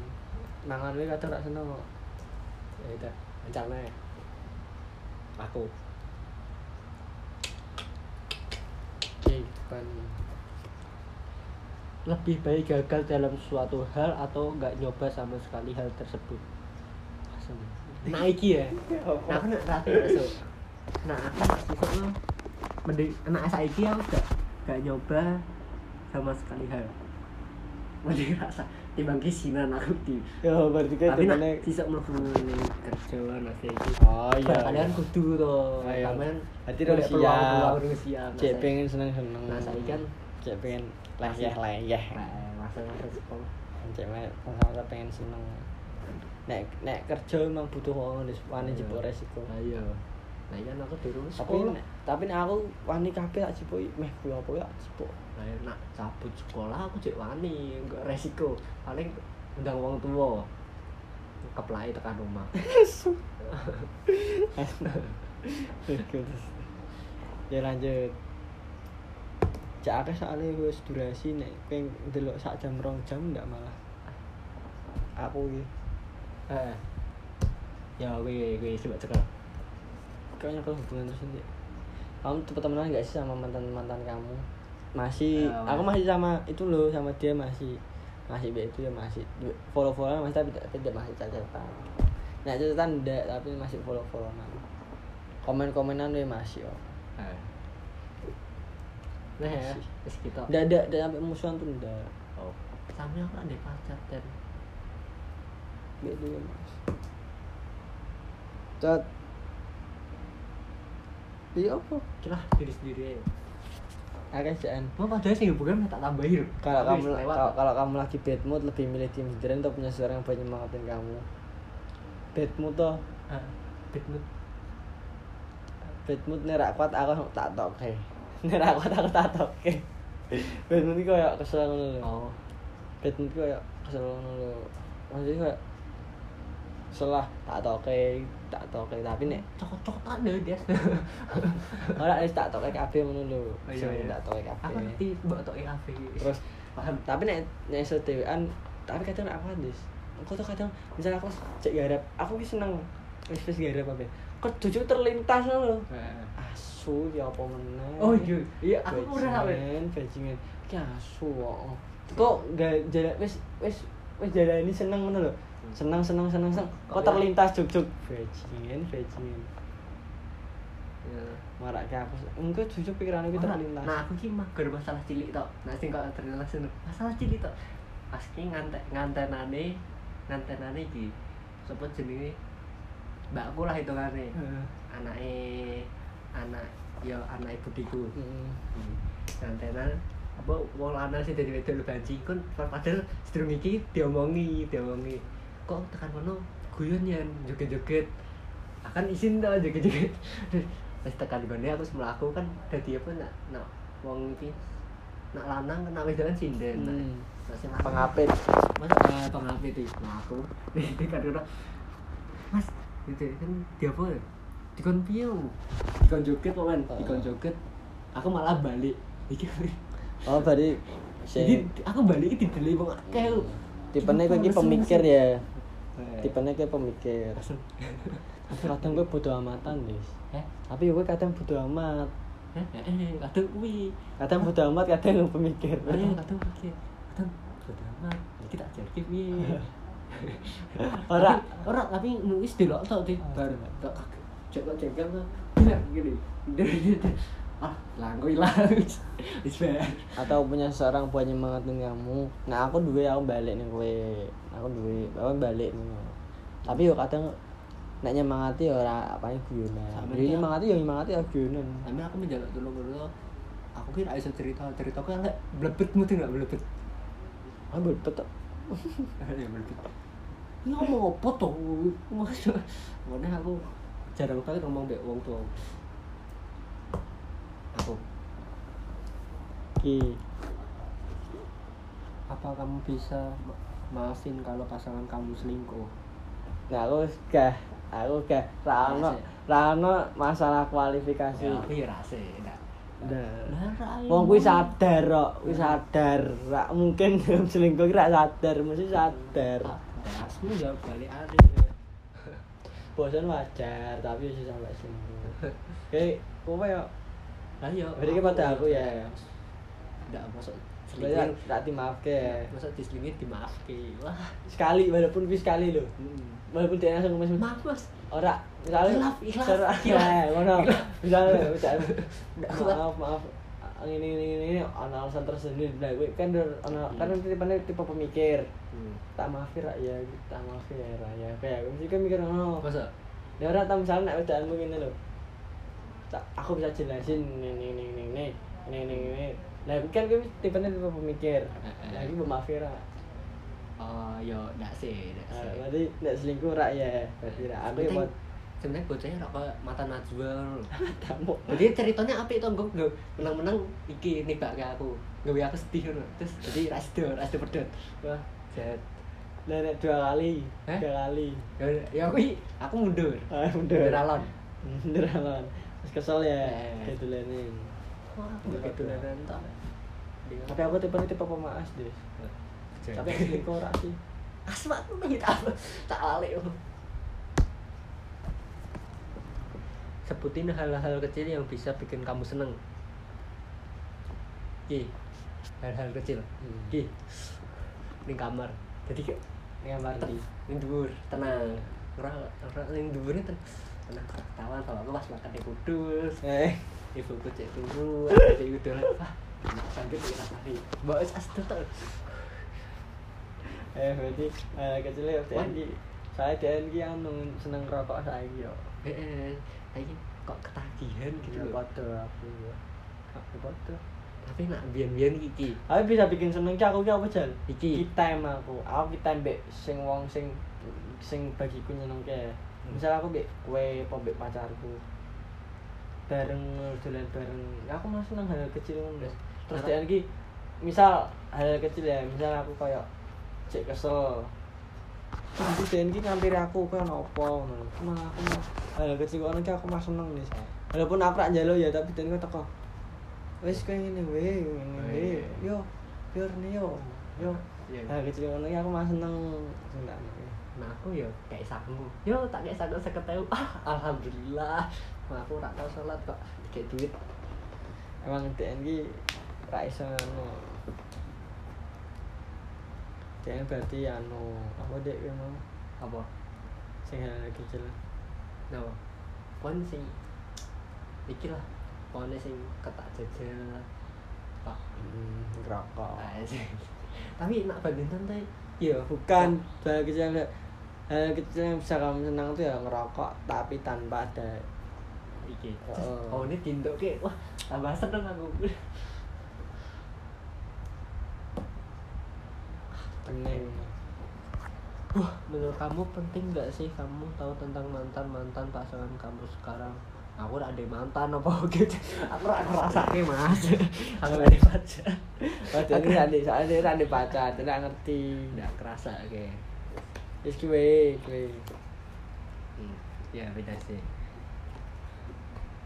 Speaker 2: Mangan wae kadang rak seneng kok.
Speaker 1: ya udah rencana aku
Speaker 2: Kehidupan.
Speaker 1: lebih baik gagal dalam suatu hal atau nggak nyoba sama sekali hal tersebut Asem. nah iki ya nah aku nak rapi besok nah aku nak besok lo mending anak saiki aku gak gak nyoba sama sekali hal mending rasa timbang kisinan aku di
Speaker 2: Ya berarti
Speaker 1: tapi nak sisa mlebu ning kerja nah saiki
Speaker 2: Oh iya.
Speaker 1: kalian kudu to
Speaker 2: Ayo.
Speaker 1: kalian
Speaker 2: Berarti udah
Speaker 1: golek
Speaker 2: siap.
Speaker 1: peluang-peluang udah siap Nah,
Speaker 2: Cek
Speaker 1: saiki-
Speaker 2: pengen seneng-seneng.
Speaker 1: nah saiki kan
Speaker 2: cek pengen leyeh-leyeh.
Speaker 1: nah, masa-masa sekolah
Speaker 2: Cek meh masa-masa pengen seneng. Nek nek kerja emang butuh wong wis wani
Speaker 1: Iya.
Speaker 2: jebol resiko.
Speaker 1: ayo nah iya aku dulu
Speaker 2: Tapi nek- tapi nek aku wani kabeh tak jebol meh kuwi apa ya jebol.
Speaker 1: nah iya, nak cabut sekolah aku cek wani enggak resiko paling undang wong tua keplai tekan rumah
Speaker 2: ya lanjut. Cek akeh soalnya wis durasi nek peng delok sak jam rong jam ndak malah. Aku iki
Speaker 1: eh ya gue gue coba cekal
Speaker 2: kayaknya kalau hubungan terus nanti. Kamu tetep temenan gak sih sama mantan-mantan kamu? Masih,
Speaker 1: Eh,
Speaker 2: aku masih sama itu loh, sama dia masih masih be itu ya masih follow followan masih tapi tidak tidak masih catatan. Nah catatan tidak tapi masih follow followan. Komen komenan ya masih oh.
Speaker 1: eh. nah ya terus kita
Speaker 2: Tidak tidak tidak sampai musuhan tuh tidak.
Speaker 1: oh sampe aku ada pacar dan
Speaker 2: Be itu ya mas. Cat. Iya apa?
Speaker 1: kira diri sendiri aja
Speaker 2: Akeh jangan.
Speaker 1: mau padahal sih hubungan tak tambahin loh.
Speaker 2: kalau
Speaker 1: Tapi
Speaker 2: kamu
Speaker 1: wis lewat
Speaker 2: kalau, kalau kamu lagi bad mood lebih milih tim sendirian atau punya seorang yang banyak nyemangatin kamu bad mood toh
Speaker 1: Ah, bad mood
Speaker 2: bad mood nih rak kuat aku tak toke nih rak kuat aku tak toke bad mood ini kayak kesel ngono lho
Speaker 1: oh
Speaker 2: bad mood ini kayak kesel ngono lho maksudnya kayak selah tak toke tak toke tapi nek
Speaker 1: cocok-cocokan deh dia
Speaker 2: ora wis tak toke kabeh ngono lho
Speaker 1: Oh, iya,
Speaker 2: Sing
Speaker 1: iya.
Speaker 2: tak toke
Speaker 1: aku
Speaker 2: kabeh
Speaker 1: ngerti mbak tok EAV
Speaker 2: terus
Speaker 1: paham
Speaker 2: tapi nek nek iso dhewean tapi kadang nek aku andis aku tuh kadang misalnya aku cek garap aku ki seneng wis wis garap apa ya kok jujur terlintas lho asu ya apa meneh
Speaker 1: oh iya iya aku murah weh
Speaker 2: bajingan bajingan ki asu kok kok gak jalan wis wis wis jalan ini seneng ngono lho seneng seneng seneng seneng kok
Speaker 1: Hmm. Kok ya?
Speaker 2: terlintas juk juk bajingan bajingan marak ke aku engko jujur pikiranku ki
Speaker 1: Ora,
Speaker 2: Iya. terlintas
Speaker 1: nah aku ki mager masalah cilik tok nah sing kok terlintas ngono. masalah cilik tok pas ki ngantek ngantenane ngantenane iki sapa jenenge mbakku lah hitungane
Speaker 2: Heeh.
Speaker 1: anake anak ya anak ibu diku
Speaker 2: Mm.
Speaker 1: santenan apa wong lanang sing dadi wedok banci kon padahal sedurung iki diomongi diomongi kok tekan kono guyon yen joget-joget akan isin to joget-joget terus tekan gone aku wis mlaku kan dadi apa nak nak wong iki nak lanang kena wedokan sinden
Speaker 2: Hmm.
Speaker 1: Nak sing lanang-
Speaker 2: pengapit
Speaker 1: mas eh, pengapit itu nah aku di kan kata mas itu kan dia apa ya? dikon piye Om?" dikon joget kan
Speaker 2: Heeh.
Speaker 1: dikon joget aku malah balik iki
Speaker 2: oh berarti
Speaker 1: jadi
Speaker 2: sing-
Speaker 1: aku balik di deli wong akeh lho.
Speaker 2: tipenya
Speaker 1: Iki
Speaker 2: gue ini
Speaker 1: mesum,
Speaker 2: pemikir
Speaker 1: mesum.
Speaker 2: ya
Speaker 1: Eh,
Speaker 2: tipenya gue pemikir
Speaker 1: mesum.
Speaker 2: Tapi kadang gue bodo amatan guys
Speaker 1: Eh,
Speaker 2: tapi gue kadang bodo amat
Speaker 1: eh, eh, eh, kadang kuwi
Speaker 2: kadang bodo amat kadang gue pemikir
Speaker 1: Eh, kadang pikir kadang bodo amat iki tak jarke piye Ah.
Speaker 2: Ora.
Speaker 1: Tapi- ora tapi nulis delok tok di bar tok kaget jek kok jengkel kok gila gini ah langgoi lah wis bener
Speaker 2: atau punya seorang buat nyemangatin kamu nah aku duwe aku balik nih kowe aku duwe aku balik nih tapi yo kadang nek nyemangati yo ora apa guyonan
Speaker 1: Sampe
Speaker 2: jadi
Speaker 1: ya.
Speaker 2: nyemangati yo nyemangati yo guyonan
Speaker 1: tapi aku menjalak dulu dulu aku kira bisa cerita cerita aku nggak belebet mesti nggak belebet
Speaker 2: aku belpet tok.
Speaker 1: ya belebet ini ngomong Ya, apa tuh maksud makanya aku jarang kali ngomong deh uang tua aku. aku
Speaker 2: ki
Speaker 1: apa kamu bisa ma- maafin kalau pasangan kamu selingkuh
Speaker 2: nah aku wis gak aku gak
Speaker 1: Ah, Nah,
Speaker 2: ra ono ra ono masalah kualifikasi
Speaker 1: aku ya rasa enggak
Speaker 2: nah
Speaker 1: Lah, ra-
Speaker 2: Wong kuwi sadar kok, kuwi sadar. Ra mungkin dalam selingkuh ki ra sadar, mesti sadar.
Speaker 1: Aku jawab ya balik ada.
Speaker 2: Bosan wajar, tapi wis sampai selingkuh. Oke, kowe yo
Speaker 1: Lah yo.
Speaker 2: Berarti pada aku ya.
Speaker 1: Enggak masuk
Speaker 2: Berarti
Speaker 1: selingkuh.
Speaker 2: tak dimaafke. ya.
Speaker 1: Masuk diselingit dimaafke. Wah.
Speaker 2: Sekali walaupun wis sekali lho.
Speaker 1: Mm.
Speaker 2: Walaupun dia langsung ngomong
Speaker 1: Maaf Mas.
Speaker 2: ora misalnya
Speaker 1: Hilaf, hilaf,
Speaker 2: Ser-
Speaker 1: hilaf.
Speaker 2: Eh, ngono. Misalnya misalnya
Speaker 1: Nggak kuat.
Speaker 2: maaf maaf ini ini ini ini ana alasan tersendiri nah gue kan dur- ana kan tipe tipe pemikir tak maafin lah ya tak maafin ya Ra, ya kayak gue mesti kan mikir ngono
Speaker 1: Masa?
Speaker 2: ya ora tak misalnya nek wedaanmu ngene lho tak aku bisa jelasin ini ini ini ini ini ini ini nah gue kan gue tipe tipe pemikir
Speaker 1: Heeh.
Speaker 2: lagi pemaafin lah
Speaker 1: Oh, yo enggak sih, enggak
Speaker 2: Ah,
Speaker 1: sih.
Speaker 2: berarti nek selingkuh rak ya
Speaker 1: Eh,
Speaker 2: berarti ra aku ya
Speaker 1: Penting-
Speaker 2: buat
Speaker 1: sebenarnya bocahnya ora kaya mata najwa ngono.
Speaker 2: tamu
Speaker 1: Jadi ceritanya apik to, Gong. Nggak, Menang-menang iki nimbak ke aku. Gawe aku sedih ngono. Terus jadi rasdo, rasdo pedot. Wah, jahat.
Speaker 2: Nah, nek dua kali,
Speaker 1: Heh?
Speaker 2: dua kali.
Speaker 1: Ya- Ya aku aku mundur.
Speaker 2: Ah, mundur.
Speaker 1: Mundur alon.
Speaker 2: Mundur alon. Terus kesel ya,
Speaker 1: Eh.
Speaker 2: kedulanin.
Speaker 1: Wah, nggak dolanan tok. Dia-
Speaker 2: Tapi aku tipe tipe pemaas deh. Tapi aku selingkuh ora sih.
Speaker 1: asmat tak tak alik sebutin hal-hal kecil yang bisa bikin kamu seneng ki hal-hal kecil
Speaker 2: Hmm.
Speaker 1: ki ning kamar jadi kayak
Speaker 2: Ini kamar di.
Speaker 1: ning dhuwur tenang ora ora ning dhuwure ten- tenang ketawa kalau aku pas makan di kudus
Speaker 2: Eh,
Speaker 1: ibuku cek turu aku cek kudus wah enak banget ya rasane mbok wis asdo tok.
Speaker 2: eh berarti eh, kecil ya TNI. Saya TNI yang seneng rokok saya yo.
Speaker 1: Heeh. Saiki kok ketagihan gitu
Speaker 2: Gitu
Speaker 1: loh.
Speaker 2: foto aku yo. Aku foto.
Speaker 1: Tapi nak biyen-biyen iki.
Speaker 2: Aku bisa bikin seneng ki aku ki apa jal?
Speaker 1: Iki.
Speaker 2: time aku. Aku ki time mbek sing wong sing sing bagiku nyenengke. Misal aku mbek kowe apa mbek pacarku. Bareng dolan bareng. Aku malah seneng hal kecil ngono Mas. Terus dia lagi misal hal kecil ya, misal aku kayak cek kesel. Terus dia lagi ngampiri aku kan apa ngono. Malah aku malah hal kecil ngono ki aku malah seneng nih. Walaupun aku rak njalo ya tapi dan kok teko. Wis kowe ngene wae, ngene wae. Yo, biar nih yo. Yo.
Speaker 1: Iya.
Speaker 2: Hal kecil Nah, gitu ngono ki aku malah seneng. Seneng.
Speaker 1: Nah aku ya kayak sangu. Yo tak kayak sangu seketeu. Ah, alhamdulillah. Nah, aku ora tau salat kok kayak duit.
Speaker 2: emang DN ki ra iso ngono. DN berarti anu apa dek kowe mau
Speaker 1: Apa?
Speaker 2: sing hal kecil.
Speaker 1: Napa? Pon sing iki lah. Pone sing ketak jajal. Pak.
Speaker 2: Hmm, rokok.
Speaker 1: Ah, sing. Tapi nak bandingan teh ya
Speaker 2: Iya, Bukan hal kecil yang- hal kecil yang bisa kamu senang tuh ya ngerokok tapi tanpa ada
Speaker 1: iki.
Speaker 2: Oh.
Speaker 1: Oh, ini tinduk ke. Wah, tambah seneng aku.
Speaker 2: pening.
Speaker 1: Wah, menurut kamu penting nggak sih kamu tahu tentang mantan mantan pasangan kamu sekarang? Aku udah ada mantan apa gitu? Aku udah ngerasa mas. Aku udah ada pacar.
Speaker 2: Wah, DN ki ada soalnya dia ada pacar, dia nggak ngerti.
Speaker 1: Nggak kerasa oke.
Speaker 2: Wis kuwe, kuwe.
Speaker 1: Hmm, Ya beda sih.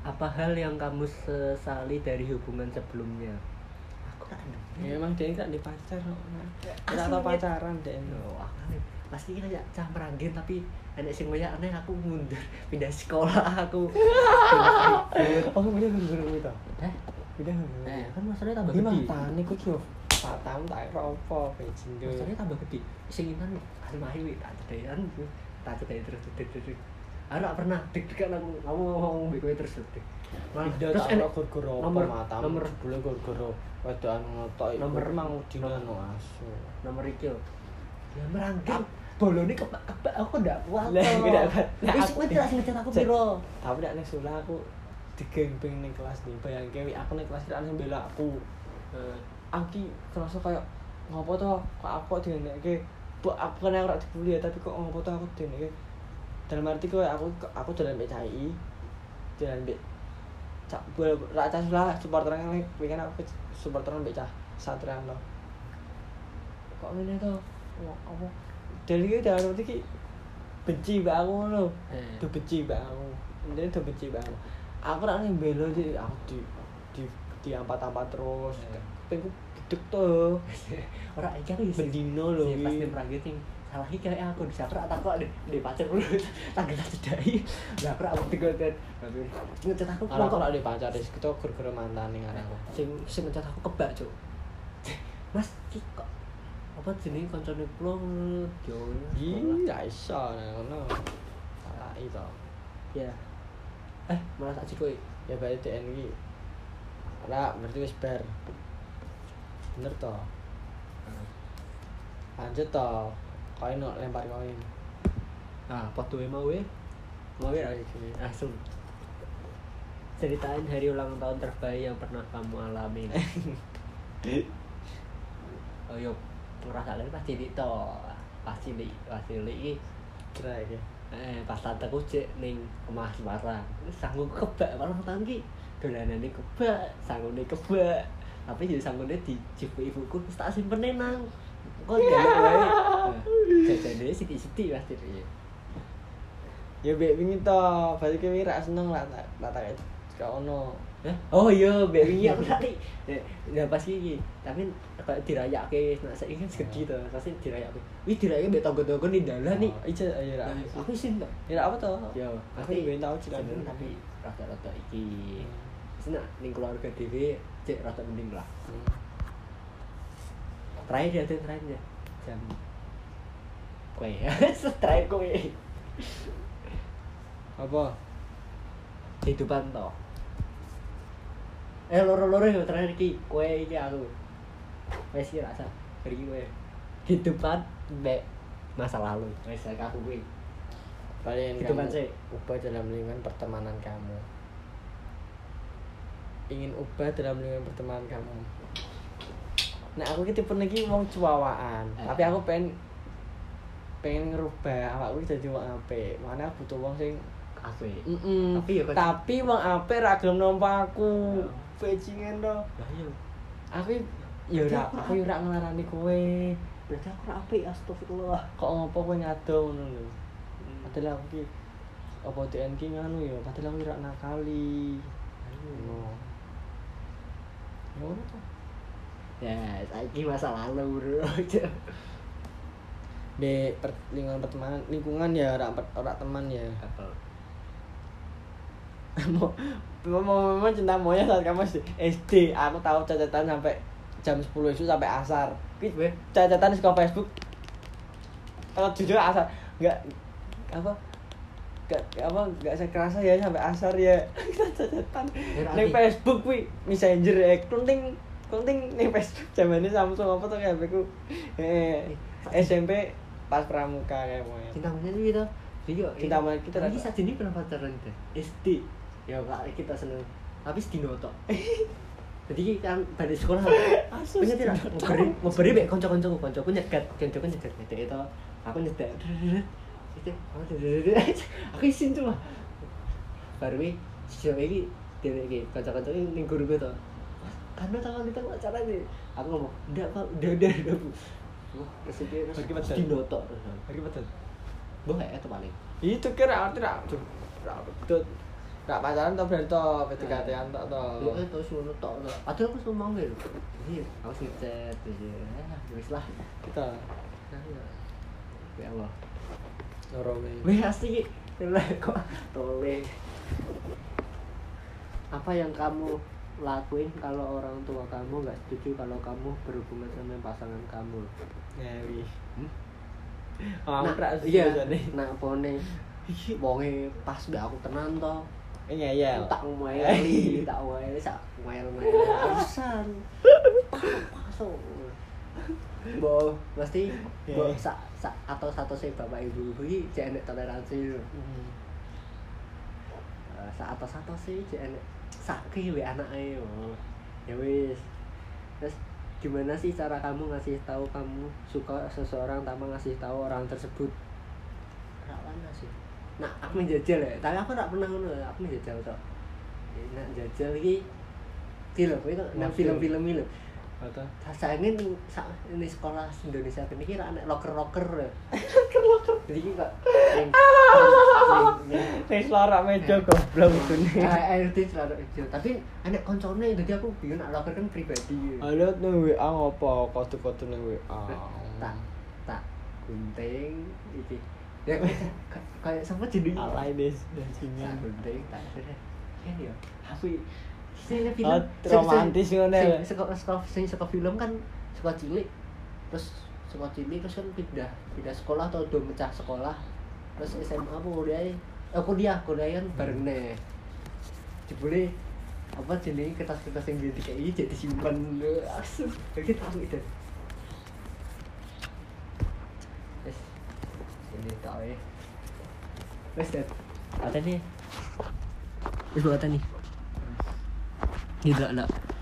Speaker 1: Apa hal yang kamu sesali dari hubungan sebelumnya? Aku udah ada.
Speaker 2: Ya, emang dia nggak ada pacar kok. Nggak
Speaker 1: Asli,
Speaker 2: tau
Speaker 1: Dit.
Speaker 2: pacaran DN.
Speaker 1: No, aku pasti kayak campur angin tapi anak sing banyak aneh aku mundur pindah sekolah aku.
Speaker 2: Oh, udah guru-guru itu.
Speaker 1: Eh, eh,
Speaker 2: Udah guru.
Speaker 1: kan masalahnya tambah
Speaker 2: Iki
Speaker 1: gede.
Speaker 2: matane ku ki yo patamu tak kira apa pe jindo.
Speaker 1: Masalahnya tambah gede. Sing intan asli mahi wih tak cedayan. Tak cedayan terus terus terus. Aku gak pernah deg-degan aku. Kamu ngomong mbek kowe terus deg. Malah-
Speaker 2: Pindah
Speaker 1: Terus
Speaker 2: tak
Speaker 1: enak
Speaker 2: enak gor-gor apa
Speaker 1: nomor-
Speaker 2: matamu
Speaker 1: nomor-
Speaker 2: jebule gor-gor wedokan ngotok iku
Speaker 1: Nomor-
Speaker 2: mang udine no asu.
Speaker 1: nomor iki lho. Ya merangkak. Bolone kebak-kebak aku ndak kuat.
Speaker 2: Lah,
Speaker 1: toh.
Speaker 2: aku ndak kuat. Lah,
Speaker 1: Wis
Speaker 2: aku-
Speaker 1: kowe jelas ngecat aku
Speaker 2: Cek.
Speaker 1: piro?
Speaker 2: Tapi nek ning sekolah aku digempeng ning kelas nih bayangke wi aku ning kelas kira bela aku. Aku ki kerasa kayak ngopo to kok aku kok dienekke Bu, aku kan ora dibully ya, tapi kok ngopo to aku dienekke dalam arti kowe aku aku dalam PCI dalam B cak bol rak cah lah supporteran kan kan aku ke- supporteran mbek cah satria lo kok ngene to Wah, apa dari ki dalam arti ki benci mbak aku ngono
Speaker 1: Eh.
Speaker 2: tuh benci mbak aku ini tuh benci mbak aku aku rak ning belo sih aku di di diampat-ampat terus
Speaker 1: Eh.
Speaker 2: pengen gedek to
Speaker 1: Ora iki aku ya
Speaker 2: bendino lho
Speaker 1: Si pas
Speaker 2: ki.
Speaker 1: tim rageting salah iki kayak aku bisa aku tak kok di pacar dulu tanggal tak cedai lah aku aku tiga dan ngecat aku
Speaker 2: Arah aku
Speaker 1: kok
Speaker 2: rak di pacar wis kita gur-gur mantan ning arahku
Speaker 1: sing sing ngecat aku kebak cuk mas ki kok apa jenis koncone kulo jauh
Speaker 2: Ih, gak iso nah, ngono. Salah itu.
Speaker 1: ya eh malah tak cikoi
Speaker 2: Ya berarti DN iki. Ora, berarti wis bar. Bener toh. Lanjut toh. Koin no, lempar koin.
Speaker 1: ah foto mau we mau we
Speaker 2: Oke, oke.
Speaker 1: langsung ceritain hari ulang tahun terbaik yang pernah kamu alami oh yuk ngerasa kali pasti di to pasti di pasti di
Speaker 2: Kira iki.
Speaker 1: eh pas tante cek ning omah Semarang Terus sanggup kebak malam tahun ki dolanane kebak sanggupnya kebak tapi jadi sanggupnya di jepuk ibuku terus tak simpen nang kok jalan wae Nah, jajannya siti-siti pasti iya.
Speaker 2: Ya mbek wingi toh, berarti kowe rak seneng lah tak tak tak gak ono.
Speaker 1: Hah? Oh iya, mbak Wingi aku tadi. Ya pas iki, tapi kayak dirayake nek saiki kan segede to, pasti dirayake. Wih dirayake mbek tangga-tangga ning dalan nih.
Speaker 2: Ije ayo rak.
Speaker 1: Nah, Aku isin to.
Speaker 2: oh, iya, Ya rak apa toh?
Speaker 1: Ya,
Speaker 2: Aku ben tau Hmm.
Speaker 1: jeneng,
Speaker 2: jeneng
Speaker 1: tapi rada-rada iki. Seneng ning keluarga dhewe cek rada mending lah. Terakhir ya, Tin, terakhir ya. Jam kowe. Terakhir kowe.
Speaker 2: Apa?
Speaker 1: Kehidupan to. Eh loro-loro ya terakhir iki, kowe iki aku. Wes iki rasa beri kowe. Kehidupan mbek masa lalu. Wes aku aku kowe.
Speaker 2: Kalian
Speaker 1: Gitu,
Speaker 2: kamu
Speaker 1: Mas, eh.
Speaker 2: ubah dalam lingkungan pertemanan kamu. Ingin ubah dalam lingkungan pertemanan kamu. Nah, aku ki tipe niki wong cuawaan,
Speaker 1: Eh.
Speaker 2: tapi aku pengen pengen ngerubah awakku ki dadi wong apik. Mana aku butuh wong sing
Speaker 1: Aku.
Speaker 2: Mm-mm.
Speaker 1: Tapi ya kan-
Speaker 2: tapi wong apik ra gelem nampa aku. Bajingan to.
Speaker 1: Lah iya.
Speaker 2: Aku ki- ya ora
Speaker 1: Tapi aku-
Speaker 2: aku ya ora ngelarani kowe.
Speaker 1: Berarti aku ora apik astagfirullah.
Speaker 2: Kok ngopo kowe ngado ngono lho.
Speaker 1: Hmm.
Speaker 2: Padahal aku ki apa DN ki nganu ya, padahal aku rak nakali. Ngono. Ya ngono to.
Speaker 1: Ya, saiki masa lalu, Bro.
Speaker 2: Di per, lingkungan pertemanan, lingkungan ya rak per- rak teman ya.
Speaker 1: Apel.
Speaker 2: mau mau mau cinta maunya saat kamu SD, SD, aku tahu cacatan sampai jam 10 itu sampai asar. Ki
Speaker 1: Weh.
Speaker 2: cacatan di sekolah Facebook. Kalau jujur asar enggak apa enggak apa enggak saya kerasa ya sampai asar ya kita cacatan
Speaker 1: Berarti-
Speaker 2: ning Facebook kuwi Messenger ya klunting klunting ning Facebook zamane Samsung apa tuh kayak aku eh SMP pas pramuka kayak mau
Speaker 1: Cinta monyet itu gitu. Jadi yuk,
Speaker 2: Cinta
Speaker 1: ini-
Speaker 2: monyet kita
Speaker 1: Ini
Speaker 2: rasa-
Speaker 1: saat ini pernah pacaran kita. SD. Ya Kak, kita seneng. Tapi sedino tok. Jadi kan balik sekolah.
Speaker 2: Asus,
Speaker 1: Punya tidak
Speaker 2: sedino tok.
Speaker 1: ngoberi ngoberi mek kanca-kancaku, kancaku nyegat, kancaku nyegat nyegat itu. Aku nyegat. Itu aku nyegat. aku isin cuma. Baru ini sejauh ini dia lagi kanca-kancaku ning guru gue tok. Mas, Karena tangan kita pacaran nih. Aku ngomong, "Ndak, Pak. Udah, udah, udah, Bu." Wah, terus dia terus
Speaker 2: Bagi pacar.
Speaker 1: sedino tok. terus.
Speaker 2: Iki betul.
Speaker 1: Gue kayak itu paling
Speaker 2: Itu kira arti rak rak betul. Rak pacaran to berarti to PDKT-an to to.
Speaker 1: Lu kan tau suruh tok lah Atau aku suruh manggil Iya Aku sih chat aja Ya wis lah
Speaker 2: Kita
Speaker 1: Ya Allah
Speaker 2: lorone.
Speaker 1: Wih asli Lah kok Toleh Apa yang kamu lakuin kalau orang tua kamu nggak setuju kalau kamu berhubungan sama pasangan kamu
Speaker 2: Ngewi.
Speaker 1: Hmm?
Speaker 2: Oh, Aku rak
Speaker 1: iya
Speaker 2: jane.
Speaker 1: nah pone iki wonge pas mbek aku tenan to.
Speaker 2: Iya iya.
Speaker 1: Tak ngeli, tak ngeli sak ngel-ngel arusan. Masuk. Bo, pasti bo
Speaker 2: Iya.
Speaker 1: sak sak atau satu sih bapak ibu ibu iki cek enek toleransi.
Speaker 2: Hmm.
Speaker 1: Eh, sak atas atas sih cek enek sak ki we anake. oh. Ya wis. Terus gimana sih cara kamu ngasih tahu kamu suka seseorang tanpa ngasih tahu orang tersebut? Rawana sih. Nah, aku menjajal ya, tapi aku gak pernah ngono, aku menjajal tok. Ya, Nak jajal iki film itu nang
Speaker 2: Maksud.
Speaker 1: film-film ini lho.
Speaker 2: Apa?
Speaker 1: Rasanya ini sak ini sekolah Indonesia kene iki ra nek loker-loker. ya. Jadi iki kok ning- ning- ning-
Speaker 2: Wis lara meja goblok
Speaker 1: Eh,
Speaker 2: kudune.
Speaker 1: ART selalu hijau tapi anak koncone jadi aku biar nak loker kan pribadi
Speaker 2: Halo nang WA ngopo kode-kode nang WA.
Speaker 1: tak tak gunting iki ya kayak- kayak sama jadi
Speaker 2: Alay des
Speaker 1: tak
Speaker 2: bajingan.
Speaker 1: gunting tak ada kan ya aku sini
Speaker 2: Oh, romantis ngono ya.
Speaker 1: sekolah sekolah sing sekolah film kan sekolah cilik terus sekolah cilik terus kan pindah pindah sekolah atau udah mecah sekolah terus SMA apa kuliah aku dia kuliah kan bareng nih jebule apa jenenge kertas-kertas yang jadi kayak gini jadi simpen asu kita tahu itu wes ini tau ya wes dat ada nih wes buat nih tidak ada